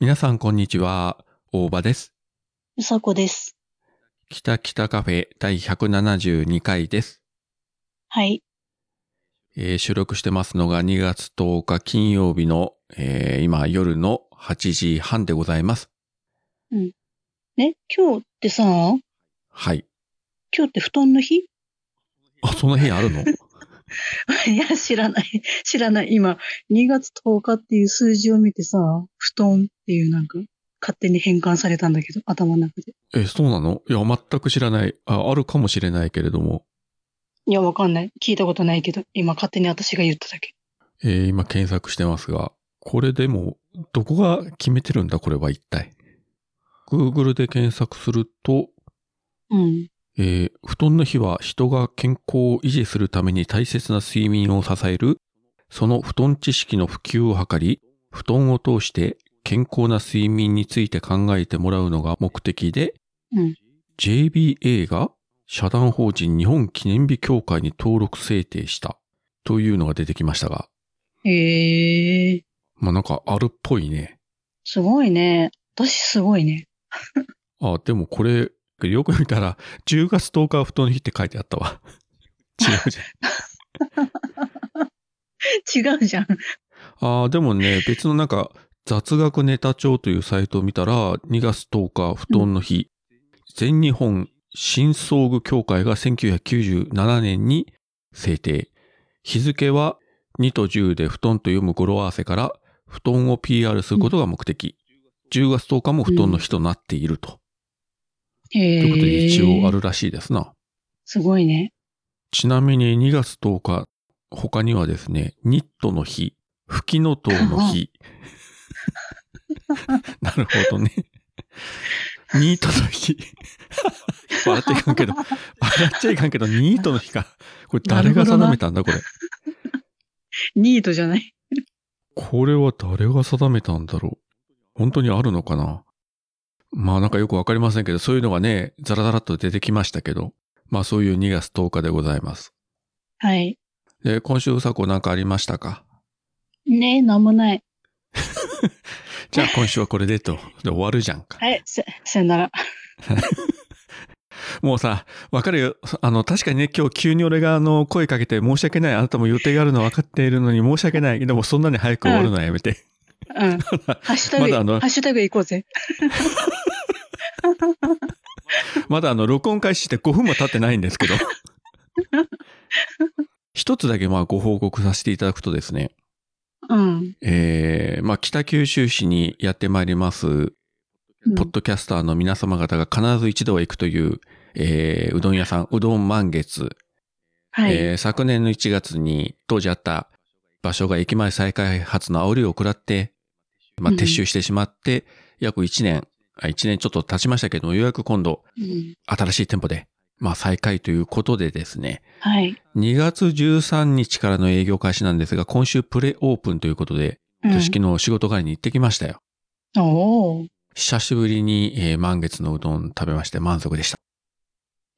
皆さん、こんにちは。大場です。うさこです。北北カフェ第172回です、はい。えー収録してますのが2月10日金曜日の、えー今夜の8時半でございます。ね、今日ってさ、今はい。日って布団の 日あ、その日あるのいや、知らない。知らない。今、2月10日っていう数字を見てさ、布団っていうなんか、勝手に変換されたんだけど、頭の中で。え、そうなのいや、全く知らない。あ、あるかもしれないけれども。いや、わかんない。聞いたことないけど、今勝手に私が言っただけ。えー今検索してますが、これでも、どこが決めてるんだこれは一体。Google で検索すると、うん。えー布団の日は人が健康を維持するために大切な睡眠を支える、その布団知識の普及を図り、布団を通して健康な睡眠について考えてもらうのが目的で、うん JBA が社団法人日本記念日協会に登録制定したというのが出てきましたが、へえー、まあなんかあるっぽいね。すごいね。私すごいね。あ、でもこれ、よく見たら、10月10日は布団の日って書いてあったわ。 違うじゃん。違うじゃん。ああ、でもね、別のなんか、雑学ネタ帳というサイトを見たら、2月10日、布団の日、全日本新装具協会が1997年に制定。日付は2と10で布団と読む語呂合わせから、布団を PR することが目的。10月10日も布団の日となっていると。とへえいうことで、一応ある。るらしいですな。すごいね。ちなみに2月10日、他にはですね、ニットの日、吹きの塔の日。なるほどね。ニートの日。笑っちゃいかんけど、笑っちゃいかんけど、ニートの日か。これ誰が定めたんだ、これ。ニートじゃない。これは誰が定めたんだろう。本当にあるのかなまあなんかよくわかりませんけど、そういうのがね、ザラザラっと出てきましたけど、まあそういう2月10日でございます。はい。で、今週うさこなんかありましたかねえ、なんもない。じゃあ今週はこれでと。で終わるじゃんか。はい、さ、さよなら。もうさ、わかるよ。あの、確かにね、今日急に俺があの、声かけて申し訳ない。あなたも予定があるの分かっているのに申し訳ない。でもそんなに早く終わるのはやめて。うん。ハッシュタグ、まだあのハッシュタグ行こうぜ。まだあの、録音開始して5分も経ってないんですけど。一つだけまあご報告させていただくとですね、うん。えー、まあ北九州市にやってまいります、うんポッドキャスターの皆様方が必ず一度は行くという、えー、うどん屋さん、うどん満月。はい。えー昨年の1月に当時あった場所が駅前再開発の煽りを食らって、まあ、うん撤収してしまって、約1年、あ1年ちょっと経ちましたけども、ようやく今度うん新しい店舗で、まあ、再開ということでですね、はい。 2月13日からの営業開始なんですが、今週プレオープンということで、うん私昨日仕事帰りに行ってきましたよ。おー久しぶりに、えー満月のうどん食べまして満足でした。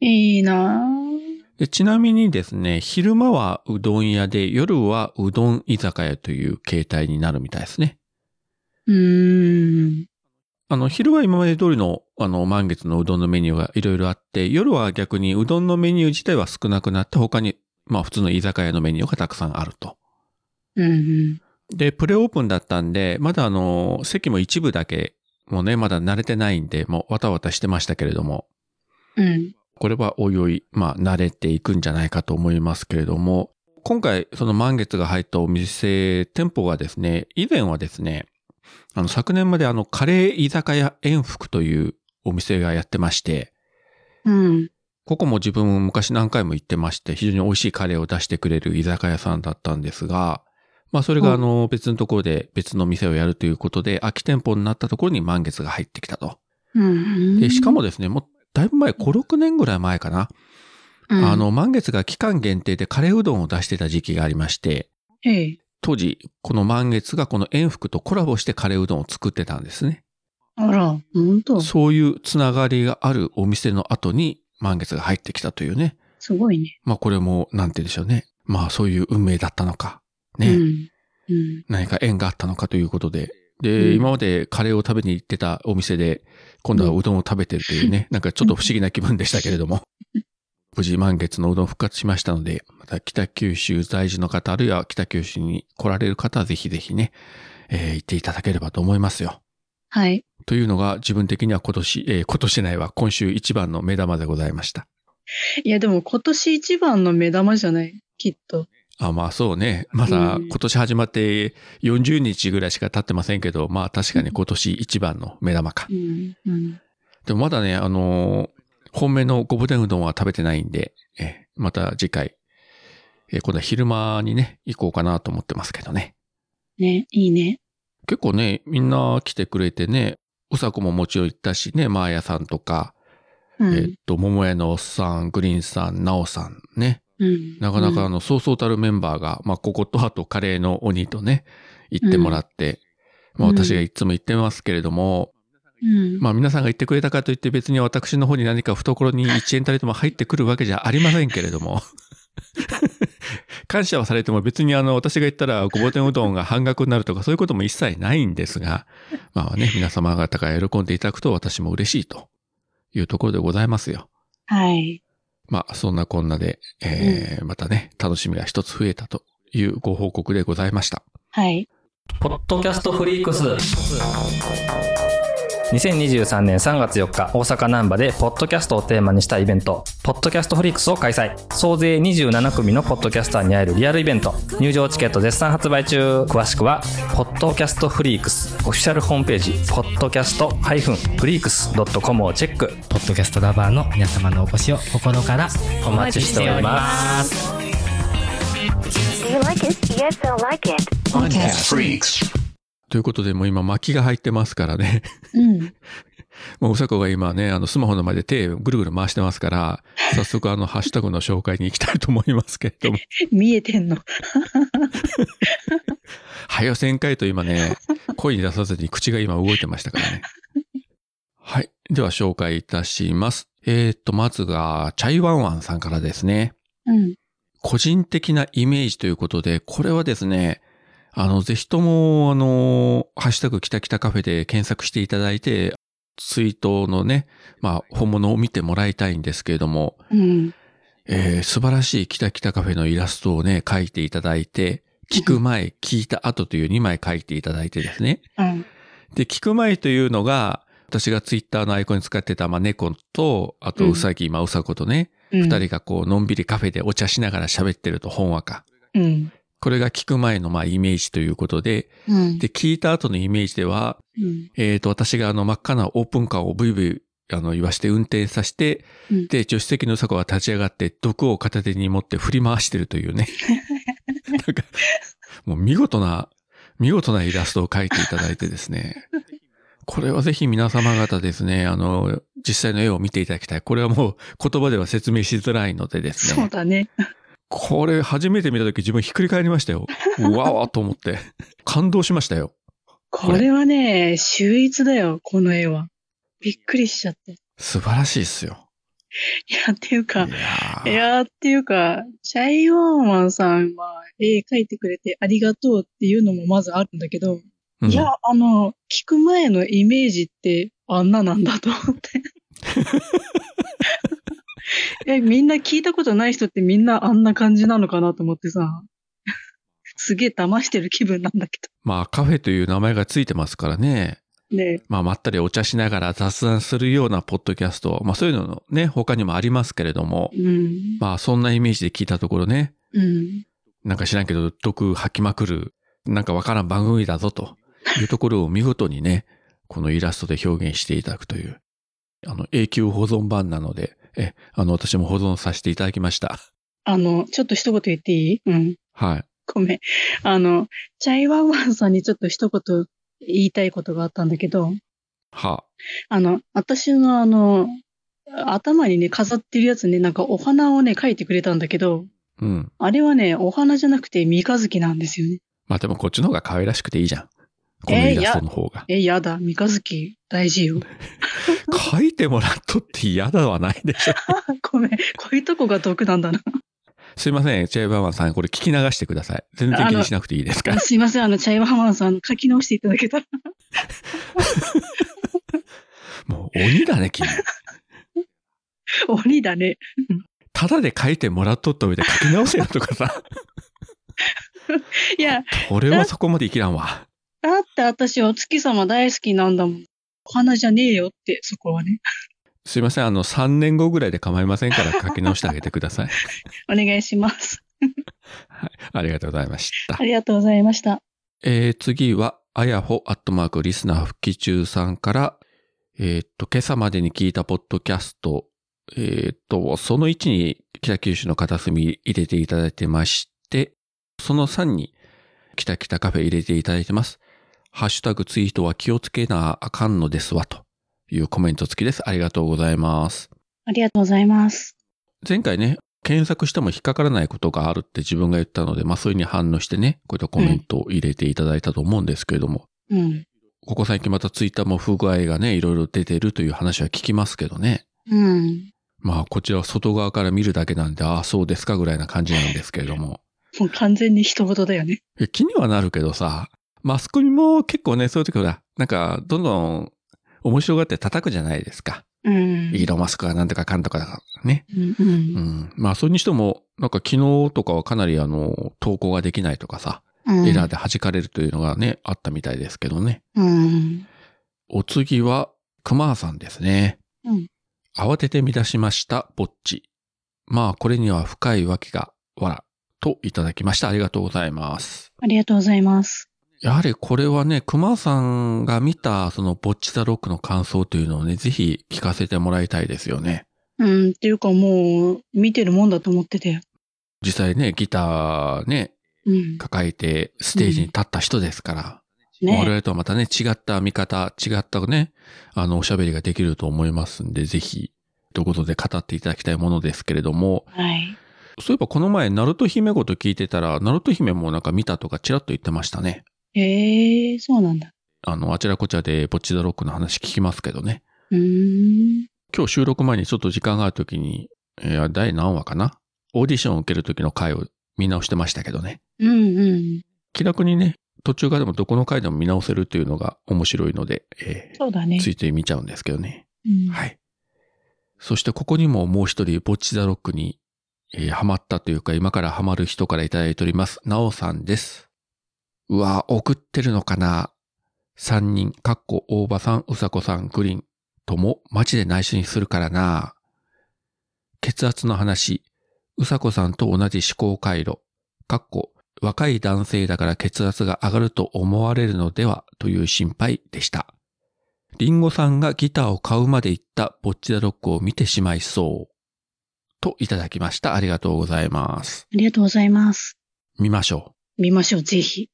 いいなぁでちなみにですね、昼間はうどん屋で、夜はうどん居酒屋という形態になるみたいですね。うーん。あの、昼は今まで通りの、あの、満月のうどんのメニューがいろいろあって、夜は逆にうどんのメニュー自体は少なくなって、他に、まあ普通の居酒屋のメニューがたくさんあると。うんうん。で、プレオープンだったんで、まだあの、席も一部だけ、もうね、まだ慣れてないんで、もうわたわたしてましたけれども、うん。これはおいおい、まあ、慣れていくんじゃないかと思いますけれども、今回、その満月が入ったお店、店舗がですね、以前はですね、あの、昨年まであの、カレー居酒屋円福というお店がやってまして、うん。ここも自分も昔何回も行ってまして、非常に美味しいカレーを出してくれる居酒屋さんだったんですが、まあ、それがあの、別のところで別の店をやるということで、空き店舗になったところに満月が入ってきたと。うん。で、しかもですね、もう、だいぶ前、5、6年ぐらい前かな。うん、あの、満月が期間限定でカレーうどんを出してた時期がありまして、へい、当時、この満月がこの円福とコラボしてカレーうどんを作ってたんですね。あら、ほんと。すそういうつながりがあるお店の後に満月が入ってきたというね。ごいね。まあこれも、なんて言うんでしょうね。まあそういう運命だったのか、ね、うん。うん。何か縁があったのかということで、で、うん今までカレーを食べに行ってたお店で、今度はうどんを食べてるという ね、なんかちょっと不思議な気分でしたけれども、無事満月のうどん復活しましたので、また北九州在住の方、あるいは北九州に来られる方はぜひぜひね、えー行っていただければと思いますよ。はい。というのが自分的には今年、えー今年内は今週一番の目玉でございました。いや、でも今年一番の目玉じゃないきっと。あまあそうね。まだうん今年始まって40日ぐらいしか経ってませんけど、まあ確かに今年一番の目玉かう。ん。うん。でもまだね、あのー本命のごぼ天うどんは食べてないんで、えまた次回、え今度は昼間にね、行こうかなと思ってますけどね。ね、いいね。結構ね、みんな来てくれてね、うさこももちろん行ったしね、まーやさんとか、うえっん。と、桃屋のおっさん、グリーンさん、なおさんね、うん。なかなかうあんの、そうそうたるメンバーが、まあ、こことあとカレーの鬼とね、行ってもらって、まあ、うん私がいつも言ってますけれども、うん。まあ、皆さんが言ってくれたからといって別に私の方に何か懐に1円たりとも入ってくるわけじゃありませんけれども、感謝はされても別にあの、私が言ったらごぼ天うどんが半額になるとかそういうことも一切ないんですが、まあね、皆様方が喜んでいただくと私も嬉しいというところでございますよ。はい。まあ、そんなこんなで、えーまたね、楽しみが一つ増えたというご報告でございました。はい。ポッドキャストフリークス2023年3月4日大阪難波でポッドキャストをテーマにしたイベント「ポッドキャストフリークス」を開催総勢27組のポッドキャスターに会えるリアルイベント入場チケット絶賛発売中詳しくは「ポッドキャストフリークス」オフィシャルホームページ「ポッドキャスト -freaks.com」をチェックポッドキャストラバーの皆様のお越しを心からお待ちしております Do you like it? Yes, I like it. ということで、もう今薪が入ってますからね。うん。もううさこが今ね、あの、スマホの前で手をぐるぐる回してますから、早速あの、ハッシュタグの紹介に行きたいと思いますけれども、見えてんの。はよ旋回と今ね、声に出さずに口が今動いてましたからね。はい。では紹介いたします。えーっと、まずが、チャイワンワンさんからですね。うん。個人的なイメージということで、これはですね、あの、ぜひとも、あの、ハッシュタグきたきたカフェで検索していただいて、ツイートのね、まあ、本物を見てもらいたいんですけれども、うん。えー素晴らしいきたきたカフェのイラストをね、描いていただいて、聞く前、聞いた後という2枚描いていただいてですね。 うん。で、聞く前というのが、私がツイッターのアイコンに使ってた、まあ、猫と、あと、うさぎ、まあ、うさことね、二二人がこう、のんびりカフェでお茶しながら喋ってると、本話か。うん。これが聞く前のまあイメージということで、うん。で、聞いた後のイメージでは、うん、えっ、と、私があの真っ赤なオープンカーをブイブイ、あの、言わして運転させて、うんで、助手席の坂が立ち上がって、毒を片手に持って振り回してると いうね。なんか、もう見事な、見事なイラストを描いていただいてですね。これはぜひ皆様方ですね、あの、実際の絵を見ていただきたい。これはもう言葉では説明しづらいのでですね。そうだね。これ初めて見た時自分ひっくり返りましたよ。うわーと思って。感動しましたよ。これはね、秀逸だよ、この絵は。びっくりしちゃって。い素晴らしいっすよ。や、っていういやか、いーやーっていうか、チャイワンワンさんは絵描いてくれてありがとうっていうのもまずあるんだけど、うんいや、あの、聞く前のイメージってあんななんだと思 って。え、みんな聞いたことない人ってみんなあんな感じなのかなと思ってさ、すげえ騙してる気分なんだけまあカフェという名前がついてますからね。ど。ねまあまったりお茶しながら雑談するようなポッドキャスト。まあそういうののね、他にもありますけれどもえ。。うん。まあそんなイメージで聞いたところね。うん。なんか知らんけど毒吐きまくる。なんかわからん番組だぞというところを見事にね、このイラストで表現していただくという。あの永久保存版なので、え、あの私も保存させていただきました。あの、ちょっと一言言っていいうん。はい。ごめん。あの、チャイワンワンさんにちょっと一言言いたいことがあったんだけど、は。あの、私のあの、頭にね、飾ってるやつね、なんかお花をね、描いてくれたんだけど、うん。あれはね、お花じゃなくて三日月なんですよね。まあでもこっちの方が可愛らしくていいじゃん。このえーイラストの方が。え、やだ、三日月大事 よ。 書いてもらっとって嫌だはないでしょ。ごめん、こういうとこが毒なんだな。すいません、チェイバーマンさん、これ聞き流してください。全然気にしなくていいですか あら。すいません、あの、チャイワハマンさん、書き直していただけたら。 もう鬼だね、君。鬼だね。ただで書いてもらっとった上で書き直せよとかさ。いや、俺はそこまで生きらんわ。だって私お月様大好きなんだもん。お花じゃねえよって、そこはね。すいません、あの、3年後ぐらいで構いませんから書き直してあげてください。お願いします。ありがとうございましたあ。りがとうございました。えー次は、あやほアットマークリスナー復帰中さんから、えーっと、今朝までに聞いたポッドキャスト、えーっと、その1に北九州の片隅入れていただいてまして、その3に北北カフェ入れていただいてます。ハッシュタグツイートは気をつけなあかんのですわ、というコメント付きです。ありがとうございます。ありがとうございます。前回ね、検索しても引っかからないことがあるって自分が言ったので、まあ、それに反応してね、こういったコメントを入れていただいたと思うんですけれども、うん。ここ最近またツイッターも不具合がね、いろいろ出てるという話は聞きますけどね。うん。まあ、こちらは外側から見るだけなんで、ああ、そうですかぐらいな感じなんですけれども。もう完全に人事だよね。いや気にはなるけどさ、マスコミも結構ね、そういう時ほら、なんか、どんどん面白がって叩くじゃないですか。うん。イーロンマスクはなんとかかんとかだからね。うんう。うんん。まあ、それにしても、なんか昨日とかはかなりあの、投稿ができないとかさ、うん。エラーで弾かれるというのがね、あったみたいですけどね。うん。お次は、熊さんですね。うん慌てて乱しました、ぼっち。まあ、これには深いわけが、わら、といただきました。ありがとうございます。ありがとうございます。やはりこれはね、熊さんが見た、その、ぼっちザロックの感想というのをね、ぜひ聞かせてもらいたいですよね。うん。っていうかもう、見てるもんだと思ってて。実際ね、ギターね、うん。抱えてステージに立った人ですから、我ね々とはまたね、違った見方、違ったね、あの、おしゃべりができると思いますんで、ぜひ、ということで語っていただきたいものですけれども、はい。そういえばこの前、ナルト姫ごと聞いてたら、ナルト姫もなんか見たとかチラッと言ってましたね。へえー、そうなんだ。あの、あちらこちらでぼっちザロックの話聞きますけどね。うーん。今日収録前にちょっと時間がある時に、えー第何話かなオーディションを受ける時の回を見直してましたけどね。うんうん。気楽にね、途中からでもどこの回でも見直せるというのが面白いので、えそうだねー、。ついつい見ちゃうんですけどね。うん、はい。そしてここにももう一人、ぼっちザロックに、えーハマったというか、今からハマる人からいただいております。なおさんです。うわぁ、送ってるのかな三人、かっこ、大場さん、うさこさん、グリーン、とも、マジで内緒にするからな血圧の話、うさこさんと同じ思考回路、かっこ、若い男性だから血圧が上がると思われるのではという心配でした。リンゴさんがギターを買うまで行ったボッチダロックを見てしまいそう。といただきました。ありがとうございます。ありがとうございます。見ましょ見ましょう、ぜひ。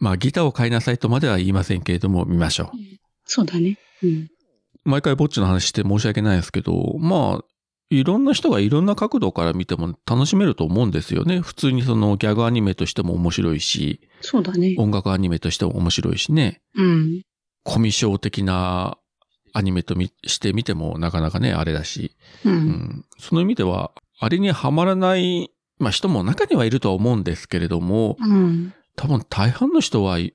う。まあギターを買いなさいとまでは言いませんけれども、見ましょそうだね。うん。う。毎回ぼっちの話して申し訳ないですけど、まあ、いろんな人がいろんな角度から見ても楽しめると思うんですよね。普通にそのギャグアニメとしても面白いし、そうだね。音楽アニメとしても面白いしね。うん。コミショ的なアニメとみしてみてもなかなかね、あれだし。う。うんん、その意味では、あれにはまらない、まあ、人も中にはいるとは思うんですけれども、うん。多分大半の人はい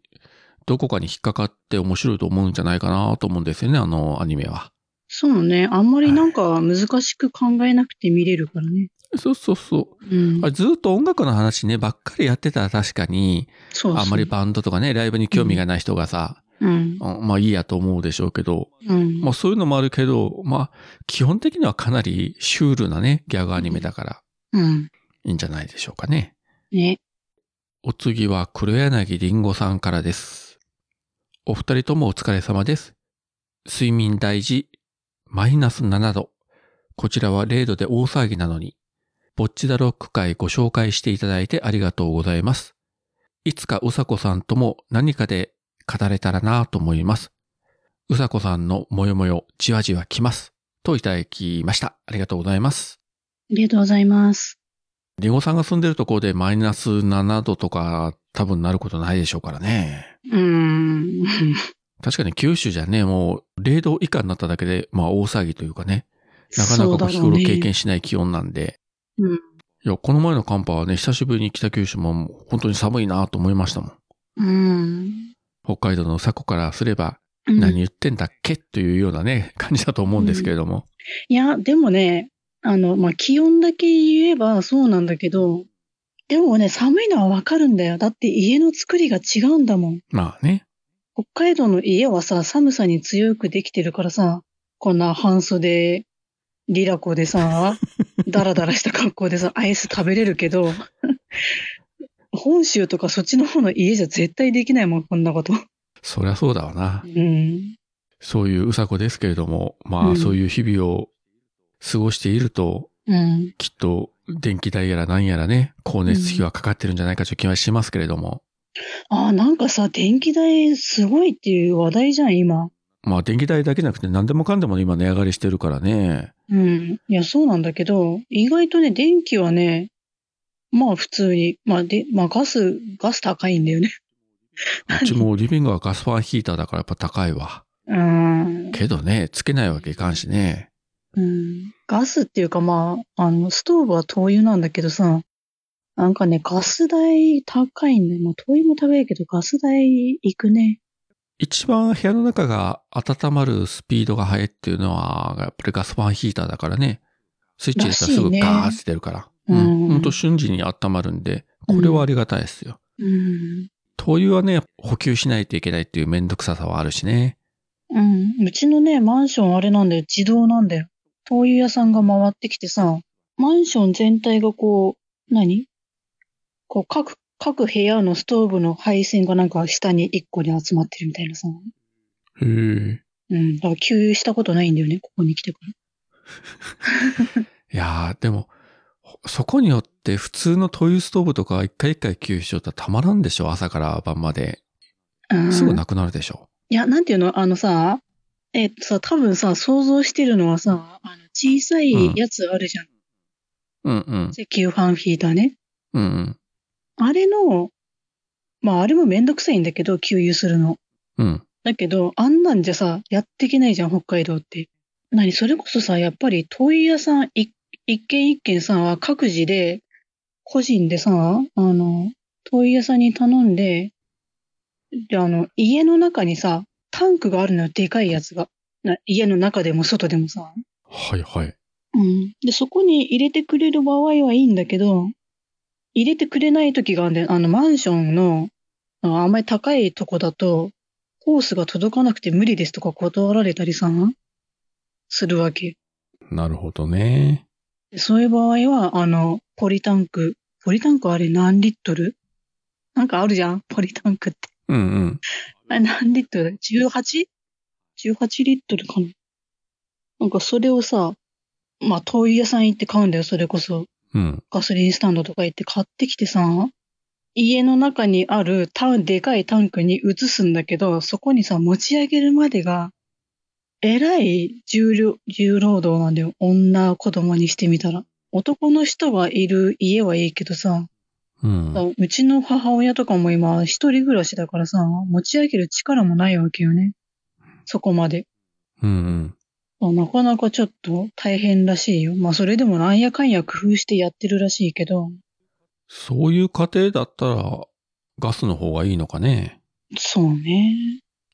どこかに引っかかって面白いと思うんじゃないかなと思うんですよね、あのアニメは。そうね。あんまりなんか難しく考えなくて見れるからね。そうそうそうう。んあ。れずっと音楽の話ね、ばっかりやってたら確かに、そうそうあんまりバンドとかね、ライブに興味がない人がさ、うん。うんまあいいやと思うでしょうけど、うん。まあそういうのもあるけど、まあ基本的にはかなりシュールなね、ギャグアニメだからうん。いいんじゃないでしょうかね。ね。お次は黒柳りんごさんからです。お二人ともお疲れ様です。睡眠大事、マイナス7度。こちらは0度で大騒ぎなのに。ぼっちだロック会ご紹介していただいてありがとうございます。いつかうさこさんとも何かで語れたらなぁと思います。うさこさんのもよもよじわじわきます。といただきました。ありがとうございます。ありがとうございます。リンゴさんが住んでるところでマイナス7度とか多分なることないでしょうからね。うん。確かに九州じゃね、もう0度以下になっただけで、まあ大騒ぎというかね、なかなそかこうだう日ろう頃ね経験しない気温なんで、うんいや、この前の寒波はね、久しぶりに北九州ももう本当に寒いなと思いましたもん。うん。北海道の佐古からすれば、うん何言ってんだっけというようなね、 感じだと思うんですけれども。いや、でもね、あの、まあ、気温だけ言えばそうなんだけど、でもね、寒いのはわかるんだよ。だって家の作りが違うんだもん。まあね。北海道の家はさ、寒さに強くできてるからさ、こんな半袖、リラコで さ、ダラダラした格好でさ、アイス食べれるけど、本州とかそっちの方の家じゃ絶対できないもん、こんなこと。そりゃそうだわなう。ん。そういううさこですけれども、まうあんそういう日々を過ごしていると、うん。きっと電気代やら何やらね、光熱費はかかってるんじゃないかという気はしますけれども。ああ、なんかさ、電気代すごいっていう話題じゃん、今。まあ電気代だけじゃなくて何でもかんでも今値上がりしてるからね。うん。いや、そうなんだけど、意外とね、電気はね、まあ普通に、まあで、まあガス、ガス高いんだよね。 うちもリビングはガスファンヒーターだからやっぱ高いわ。うん。けどね、つけないわけいかんしね。うん。ガスっていうかまあ、あの、ストーブは灯油なんだけどさ、なんかね、ガス代高いんだよ。まあ灯油も高いけど、ガス代いくね。一番部屋の中が温まるスピードが速いっていうのは、やっぱりガスファンヒーターだからね。スイッチ入れたらすぐガーッて出るから。らしいねうんうん。ほんと瞬時に温まるんで、これはありがたいですよ。うん。灯油はね、補給しないといけないっていうめんどくささはあるしね。うん。うちのね、マンションあれなんだよ。自動なんだよ。灯油屋さんが回ってきてさ、マンション全体がこう、何こう、各、各部屋のストーブの配線がなんか下に一個に集まってるみたいなさ。へえ。うん。だから給油したことないんだよね、ここに来てから。いやー、でも、ほそこによって普通の灯油ストーブとか一回一回給油しよったらたまらんでしょ朝から晩まで。うんすぐなくなるでしょ。いや、なんていうのあのさ、えっとさ、多分さ、想像してるのはさ、あの小さいやつあるじゃん。うんうん。石油ファンヒーターね。うんうん。あれの、まああれもめんどくさいんだけど、給油するの。うん。だけど、あんなんじゃさ、やっていけないじゃん、北海道って。なに、それこそさ、やっぱり灯油屋さんい一軒一軒さ、各自で、個人でさ、あの、灯油屋さんに頼んで、で、あの、家の中にさ、タンクがあるのよ、でかいやつが。な家の中でも外でもさ。はいはい。うん。で、そこに入れてくれる場合はいいんだけど、入れてくれない時があるんだよ。あの、マンションの、あのあんまり高いとこだと、ホースが届かなくて無理ですとか断られたりさ、するわけ。なるほどね。でそういう場合は、あの、ポリタンク。ポリタンクあれ何リットルなんかあるじゃんポリタンクって。うんうん。あれ何リットルだ ?18?18 リットルかななんかそれをさ、まあ、灯油屋さん行って買うんだよ、それこそ。うん。ガソリンスタンドとか行って買ってきてさ、家の中にあるタン、でかいタンクに移すんだけど、そこにさ、持ち上げるまでが、えらい重量、重労働なんだよ。女、子供にしてみたら。男の人がいる家はいいけどさ、うん。うちの母親とかも今、一人暮らしだからさ、持ち上げる力もないわけよね。そこまで。うんうん。なかなかちょっと大変らしいよ。まあ、それでもなんやかんや工夫してやってるらしいけど。そういう家庭だったら、ガスの方がいいのかね。そうね。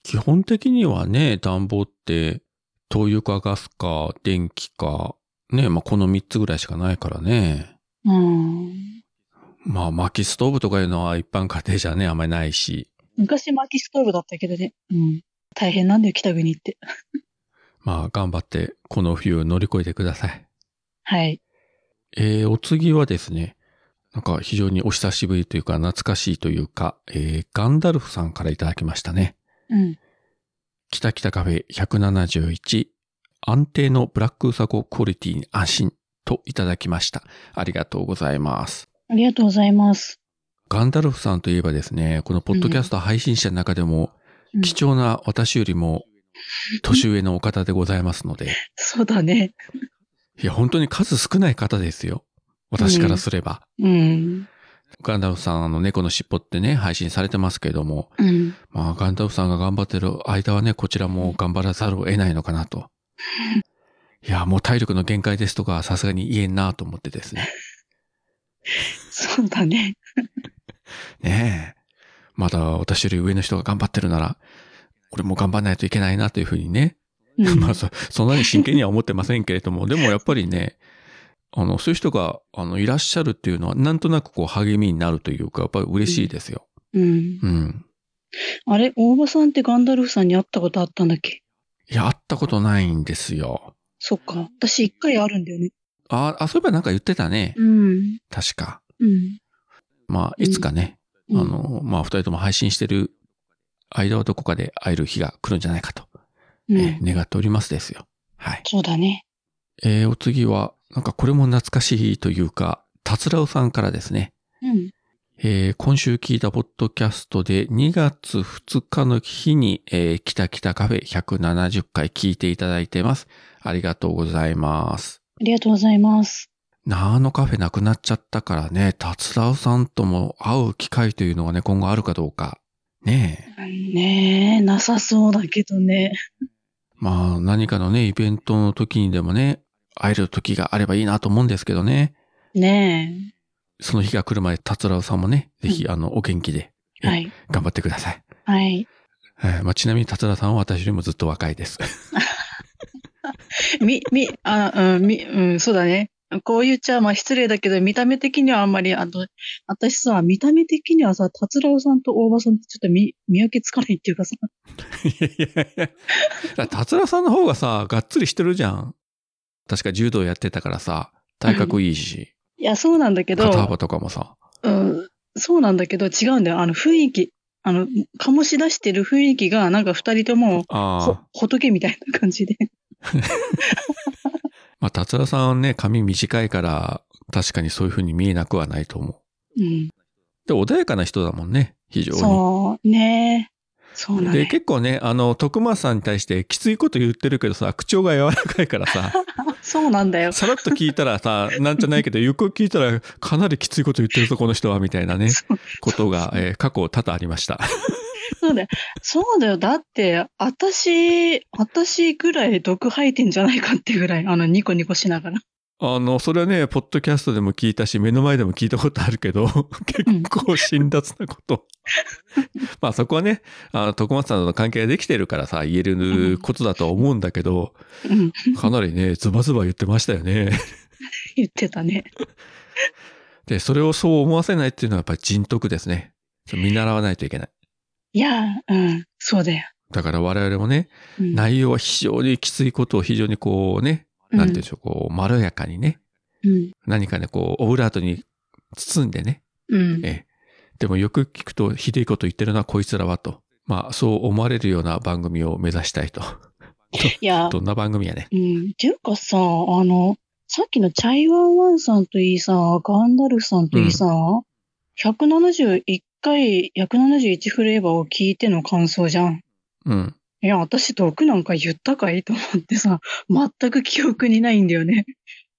基本的にはね、暖房って、灯油かガスか電気か、ね、まあ、この3つぐらいしかないからね。うん。まあ、薪ストーブとかいうのは一般家庭じゃね、あんまりないし。昔薪ストーブだったけどね。うん。大変なんだよ、北国って。まあ、頑張って、この冬を乗り越えてください。はい。えー、お次はですね、なんか非常にお久しぶりというか、懐かしいというか、えー、ガンダルフさんからいただきましたね。うん。北北カフェ171、安定のブラックウサコクオリティに安心といただきました。ありがとうございます。ありがとうございます。ガンダルフさんといえばですね、このポッドキャスト配信者の中でも、うん貴重な私よりも年上のお方でございますので、そうだね。いや、本当に数少ない方ですよ。私からすれば。うん。ガンダルフさん、あの、猫の尻尾ってね、配信されてますけれども、うん。まあ、ガンダルフさんが頑張ってる間はね、こちらも頑張らざるを得ないのかなと。いや、もう体力の限界ですとか、さすがに言えんなと思ってですね。そうだね。ねえ。まだ私より上の人が頑張ってるなら、俺も頑張らないといけないなというふうにね。う んまあそ、そんなに真剣には思ってませんけれども、でもやっぱりね、あの、そういう人が、あの、いらっしゃるっていうのは、なんとなくこう、励みになるというか、やっぱり嬉しいですよ。うん。うん。あれ、大場さんってガンダルフさんに会ったことあったんだっけいや、会ったことないんですよ。そっか。私一回あるんだよね。あ、あ、そういえばなんか言ってたね。うん。確か。うん。まあ、いつかね、あうん、の、まあ、二人とも配信してる間はどこかで会える日が来るんじゃないかと、うえん、ー願っておりますですよ。はい。そうだね。えーお次は、なんかこれも懐かしいというか、たつらうさんからですね。うん。えー今週聞いたポッドキャストで2月2日の日に、えー、キタキタカフェ170回聞いていただいてます。ありがとうございます。ありがとうございます。なあのカフェなくなっちゃったからね、たつらうさんとも会う機会というのがね、今後あるかどうか。ねえ。ねえ、なさそうだけどね。まあ何かのね、イベントの時にでもね、会える時があればいいなと思うんですけどね。ねその日が来るまで、達郎さんもね、ぜひあの、お元気でえ。はい。頑張ってください。はい。えーまあ、ちなみに達郎さんは私よりもずっと若いです。み、み、あ、うん、み、うん、そうだね。こう言っちゃ、まあ失礼だけど、見た目的にはあんまり、あの、私さ、見た目的にはさ、達郎さんと大場さんってちょっと見、見分けつかないっていうかさ、いやいやいや。だから達郎さんの方がさ、がっつりしてるじゃん。確か柔道やってたからさ、体格いいし、いや、そうなんだけ肩幅ど、とかもさ。うん、そうなんだけど、違うんだよ。あの、雰囲気、あの、醸し出してる雰囲気が、なんか二人とも、ほああ。仏みたいな感じで。まあ、達郎さんはね、髪短いから、確かにそういう風に見えなくはないと思うん。う。で、穏やかな人だもんね、非常に。そう、ねそうなんだで、よ。結構ね、あの、徳間さんに対してきついこと言ってるけどさ、口調が柔らかいから さ、そうなんだよ。さらっと聞いたらさ、なんじゃないけど、ゆっくり聞いたら、かなりきついこと言ってるぞ、この人は、みたいなね、そう ことが、えー過去多々ありました。そうだよ。そうだよ。だって、私、私ぐらい毒吐いてんじゃないかってぐらい、あの、ニコニコしながら。あの、それはね、ポッドキャストでも聞いたし、目の前でも聞いたことあるけど、結構辛辣なこと。まあそこはね、あの、徳松さんとの関係ができてるからさ、言えることだとは思うんだけど、うん。かなりね、ズバズバ言ってましたよね。言ってたね。で、それをそう思わせないっていうのはやっぱり人徳ですね。見習わないといけない。いやー、うん。そうだよ。だから我々もね、うん、内容は非常にきついことを非常にこうね、なんていうんでしょう、こう、まろやかにね、うん。何かね、こう、オブラートに包んでね、うん。ええ。でもよく聞くと、ひでいこと言ってるな、こいつらはと。まあ、そう思われるような番組を目指したいと。いやー、どんな番組やね。うん。っていうかさ、あの、さっきのチャイワンワンさんといいさ、ガンダルフさんといいさ、171回、171フレーバーを聞いての感想じゃん。うん。いや、私毒なんか言ったかいと思ってさ、 全く記憶にないんだよね。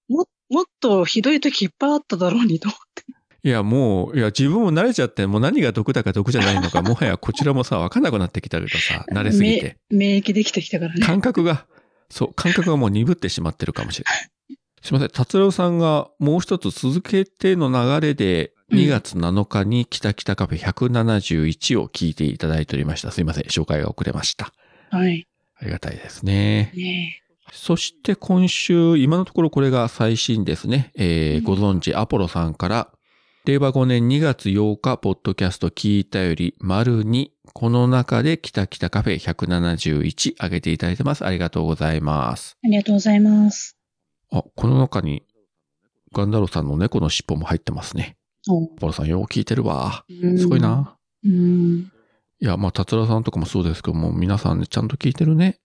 も、もっとひどい時いっぱいあっただろうにと思って。 いや、もう、いや、自分も慣れちゃって、もう何が毒だか毒じゃないの か、もはやこちらもさ、わかんなくなってきたけどさ、慣れすぎて。免疫できてきたからね。感覚が、そう、感覚がもう鈍ってしまってるかもしれない。すみません、達郎さんがもう一つ続けての流れで、うん2月7日に北北カフェ171を聞いていただいておりました。すいません、紹介が遅れました。はい。ありがたいですね。ねそして今週、今のところこれが最新ですね。えーうんご存知、アポロさんから、令和5年2月8日、ポッドキャスト聞いたより、丸に、この中で、キタキタカフェ171上げていただいてます。ありがとうございます。えありがとうございます。あ、この中に、ガンダロさんの猫の尻尾も入ってますね。おアポロさん、よう聞いてるわ。うんすごいな。うん。いや、まあ、達郎さんとかもそうですけども、皆さんね、ちゃんと聞いてるね。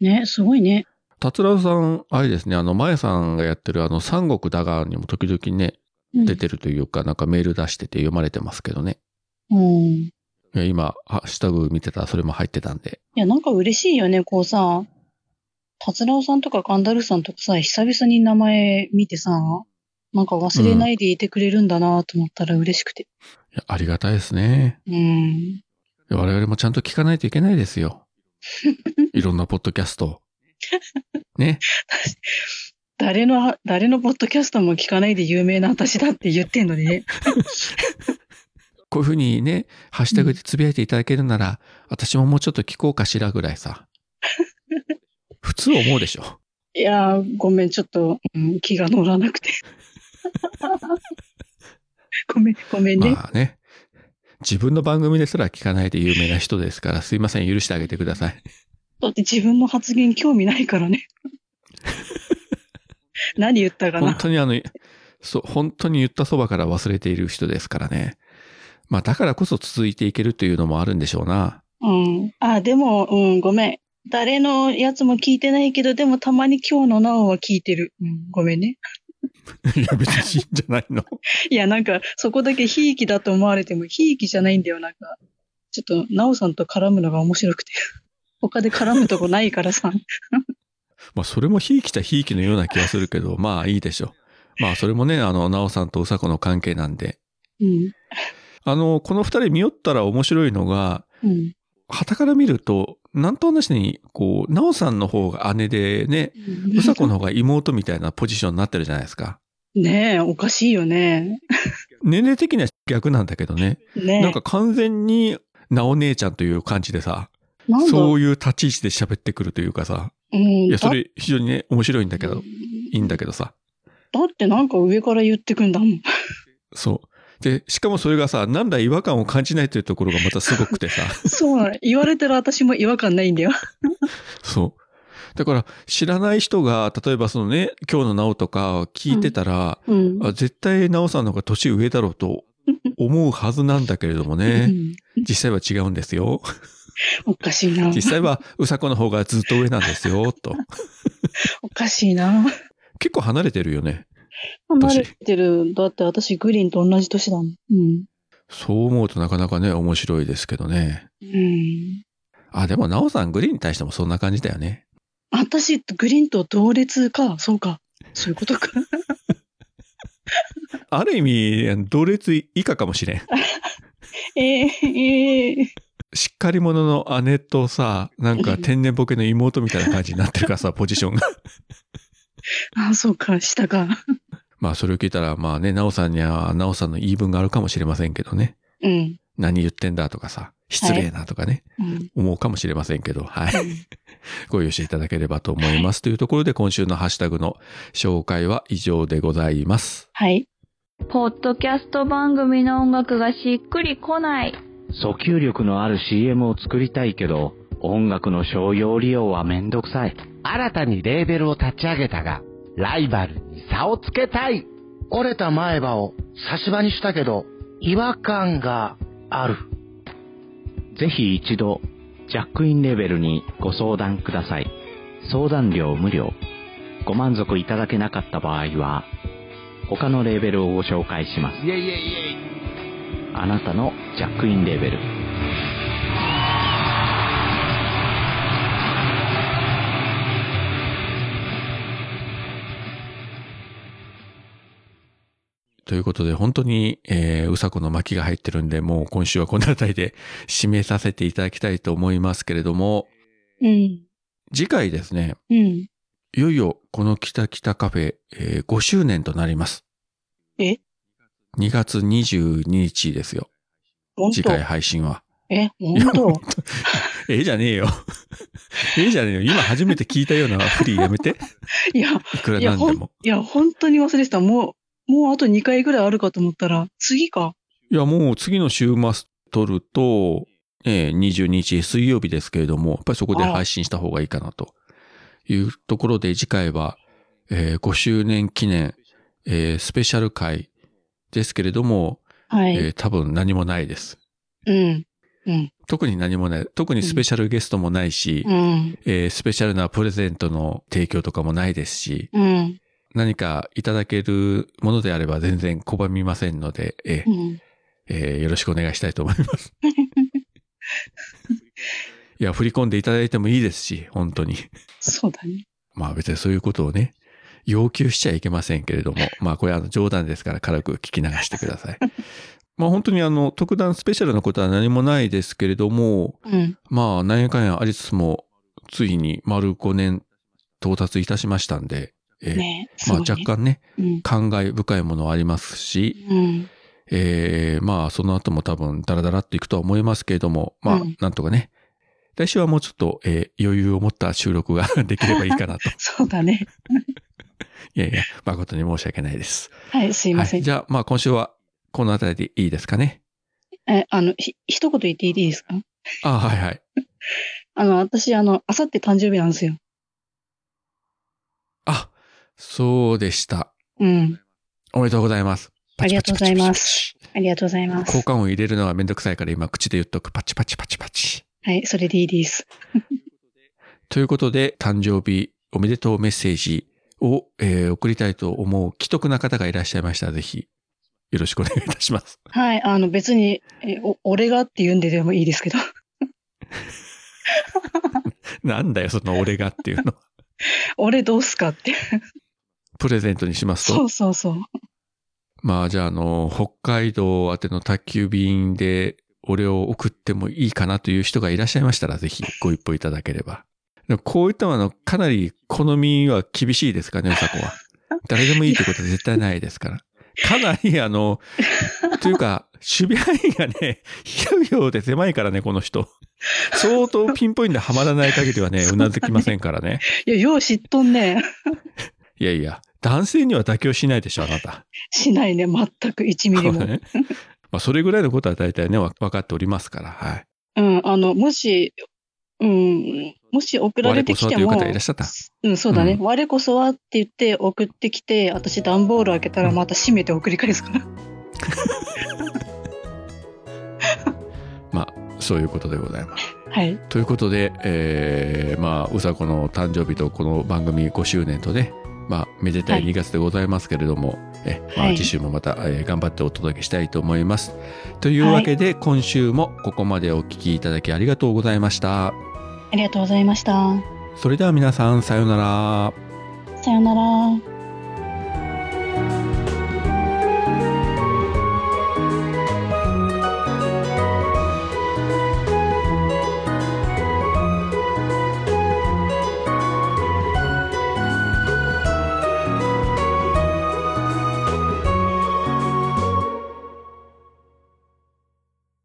ね、すごいね。達郎さん、あれですね、あの、前さんがやってる、あの、三国だがにも時々ね、うん出てるというか、なんかメール出してて読まれてますけどね。うん。いいや今、ハッシュタグ見てたらそれも入ってたんで。や、なんか嬉しいよね、こうさ、達郎さんとかガンダルフさんとかさ、久々に名前見てさ、なんか忘れないでいてくれるんだなと思ったら嬉しくて。いやありがたいですね。うんいや我々もちゃんと聞かないといけないです よ。いろんなポッドキャスト。ね。誰の、誰のポッドキャストも聞かないで有名な私だって言ってんのにね。こういうふうにね、ハッシュタグでつぶやいていただけるなら、私ももうちょっと聞こうかしらぐらいさ。普通思うでしょ。 いやー、ごめん、ちょっと、うん、気が乗らなくて。 ごめん、ごめんね。まあね。自分の番組ですら聞かないで有名な人ですから、すいません、許してあげてください。だって自分の発言興味ないか らね。何言ったか本な。当にあの、そう、本当に言ったそばから忘れている人ですからね。まあ、だからこそ続いていけるというのもあるんでしょうな。うん。あ、でも、うん、ごめん。誰のやつも聞いてないけど、でもたまに今日のなおは聞いてる。うん、ごめんね。 いや、別にいいんじゃないの。いや、なんか、そこだけひいきだと思われても、ひいきじゃないんだよ、なんか。ちょっと、なおさんと絡むのが面白くて。 他で絡むとこないか らさ。 まあ、それもひいきたひいきのような気がするけど、まあ、いいでしょう。まあ、それもね、あの、なおさんとうさこの関係なんで。うん。あの、この二人見よったら面白いのが、うん。傍から見ると、なんとなしに、こう、なおさんの方が姉でね、うさこの方が妹みたいなポジションになってるじゃないですか。ねえ、おかしいよね。年齢的には逆なんだけどね。ねえ。なんか完全に、なお姉ちゃんという感じでさ、なんだそうういう立ち位置で喋ってくるというかさ、うん。いや、そだれ非常にね、面白いんだけど、だいいんだけどさ。ってなんか上から言ってくんだも ん。そう。で、しかもそれがさ、何ら違和感を感じないというところがまたすごくて さ、そうなの。言われてる私も違和感ないんだよ。そう。だから、知らない人が、例えばそのね、今日のなおとか聞いてたら、うん。あ絶対なおさんの方が年上だろう と思うはずなんだけれどもう ね、ん実際は違うんですよ。おかしいな。実際は、うさこの方がずっと上なんですよ、と。おかしいな。結構離れてるよね。離れてる。だって私、グリーンと同じ年だもん。うん。そう思うとなかなかね、面白いですけどね。うん。あ、でも、なおさん、グリーンに対してもそんな感じだよね。私、グリーンと同列か。そうか。そういうことか。ある意味、同列以下かもし れん。ええええしっかり者の姉とさ、なんか天然ボケの妹みたいな感じになってるからさ、ポジションが。 あ、そうか。下か。まあ、それを聞いたら、まあね、なおさんには、なおさんの言い分があるかもしれませんけどね。うん。何言ってんだとかさ、失礼なとかね、うん。思うかもしれませんけど、はい。うん ご容赦いただければと思います。というところで、今週のハッシュタグの紹介は以上でございます。はい。ポッドキャスト番組の音楽がしっくりこない。訴求力のある CM を作りたいけど、音楽の商用利用はめんどくさい。新たにレーベルを立ち上げたが、ライバルに差をつけたい折れた前歯を差し歯にしたけど、違和感がある。ぜひ一度、ジャックインレベルにご相談ください。相談料無料。ご満足いただけなかった場合は、他のレーベルをご紹介します。あなたのジャックインレベル。ということで、本当に、えー、うさこの巻きが入ってるんで、もう今週はこの辺りで締めさせていただきたいと思いますけれども、うん。次回ですね、うん。いよいよこのキタキタカフェ、えー5周年となります。え ?2 月22日ですよ。本次当回配信は。え、本当ええじゃねえよ。 ええじゃねえよ。今初めて聞いたようなフリーやめて。いや、いくらいや、なんほでんも。、いや、本当に忘れてた。もう、もうあと2回ぐらいあるかと思ったら、次か。いや、もう次の週末撮ると、えー22日水曜日ですけれども、やっぱりそこで配信した方がいいかなというところで、次回は、えー5周年記念、えースペシャル回ですけれども、はえい。ー多分何もないです。うん。うん。特に何もない。特にスペシャルゲストもないし、うん。えースペシャルなプレゼントの提供とかもないですし、うん。何かいただけるものであれば全然拒みませんので、えーうん。えーよろしくお願いしたいと思います。いや、振り込んでいただいてもいいですし、本当に。 そうだね。まあ別にそういうことをね、要求しちゃいけませんけれども、 まあこれはあの冗談ですから軽く聞き流してください。 まあ本当にあの、特段スペシャルなことは何もないですけれども、うん。まあなんやかんやありつつも、ついに丸5年到達いたしましたんで、えーねすまあごいね若干ね、うん。感慨深いものはありますし、うん。えーまあその後も多分ダラダラっていくとは思いますけれども、まあうんなんとかね、来週はもうちょっと、えー余裕を持った収録が できればいいかな と。そうだね。いやいや、誠に申し訳ないです。はい、すいませはん。い、じゃあまあ今週はこのあたりでいいですかね。え、あの、ひ、一言言っていいですかあはいはい。あの、私、あの、あさって誕生日なんですよ。あ、そうでした。うん。おめでとうございます。ありがとうございパまチす。ありがとうございパチパチパチパチます交。換音入れるのはめんどくさいから今口で言っとく。パチパチパチパチ。はい、それでいいです。ということで、誕生日おめでとうメッセージを、えー送りたいと思う既得な方がいらっしゃいましたら、ぜひよろしくお願いいたします。 はい、あの、別に、え、お、俺がって言うんででもいいですけど。 なんだよ、その俺がっていうの。俺どうすかって。プレゼントにしますそと。うそうそう。まあ、じゃあ、あの、北海道宛ての宅急便で俺を送ってもいいかなという人がいらっしゃいましたら、ぜ ひご一報いただければ。でもこういったのは、かなり好みは厳しいですかね、うさ こは。誰でもいいってことは絶対ないですから。かなり、あの、というか、守備範囲がね、100秒で狭いからね、この人。相当ピンポイントではまらない限りはね、 そううだねなずきませんからね。いや、よう知っとんね。いやいや、男性には妥協しないでしょ、あなた。しないね、全く1ミリこもれ。ね。まあ、それぐらいのことは大体ね、わ分かっておりますから、はい。うん、あの、もし、うん、もし送られてきても、我こそはという方いらっしゃったうん、そうだね。うん我こそはって言って送ってきて、私段ボール開けたらまた閉めて送り返すから。まあ、そういうことでございます。はい。ということで、えー、まあ、うさこの誕生日とこの番組5周年とね、まあ、めでたいはい2月でございますけれども、えまあ、はい次週もまた、えー頑張ってお届けしたいと思います。というわけで、今週もここまでお聞きいただきありがとうございました。ありがとうございました。それでは皆さん、さようなら。さよなら。